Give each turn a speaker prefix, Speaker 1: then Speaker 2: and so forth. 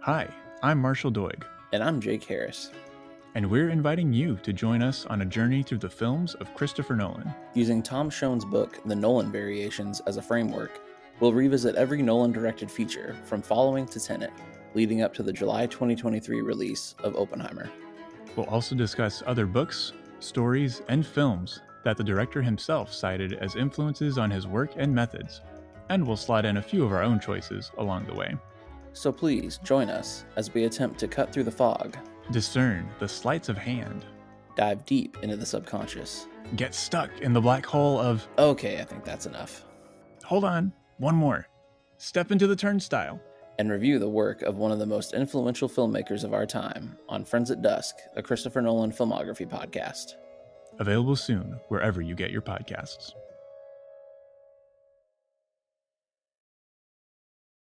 Speaker 1: Hi, I'm Marshall Doig,
Speaker 2: And I'm Jake Harris.
Speaker 1: and we're inviting you to join us on a journey through the films of Christopher Nolan.
Speaker 2: Using Tom Schoen's book, The Nolan Variations, as a framework, we'll revisit every Nolan directed feature from Following to Tenet, leading up to the July 2023 release of Oppenheimer.
Speaker 1: We'll also discuss other books, stories, and films that the director himself cited as influences on his work and methods, and we'll slot in a few of our own choices along the way.
Speaker 2: So please join us as we attempt to cut through the fog,
Speaker 1: Discern the sleights of hand,
Speaker 2: dive deep into the subconscious.
Speaker 1: get stuck in the black hole of
Speaker 2: Okay, I think that's enough.
Speaker 1: hold on, one more, step into the turnstile,
Speaker 2: And review the work of one of the most influential filmmakers of our time on Friends at Dusk, a Christopher Nolan filmography podcast.
Speaker 1: available soon wherever you get your podcasts.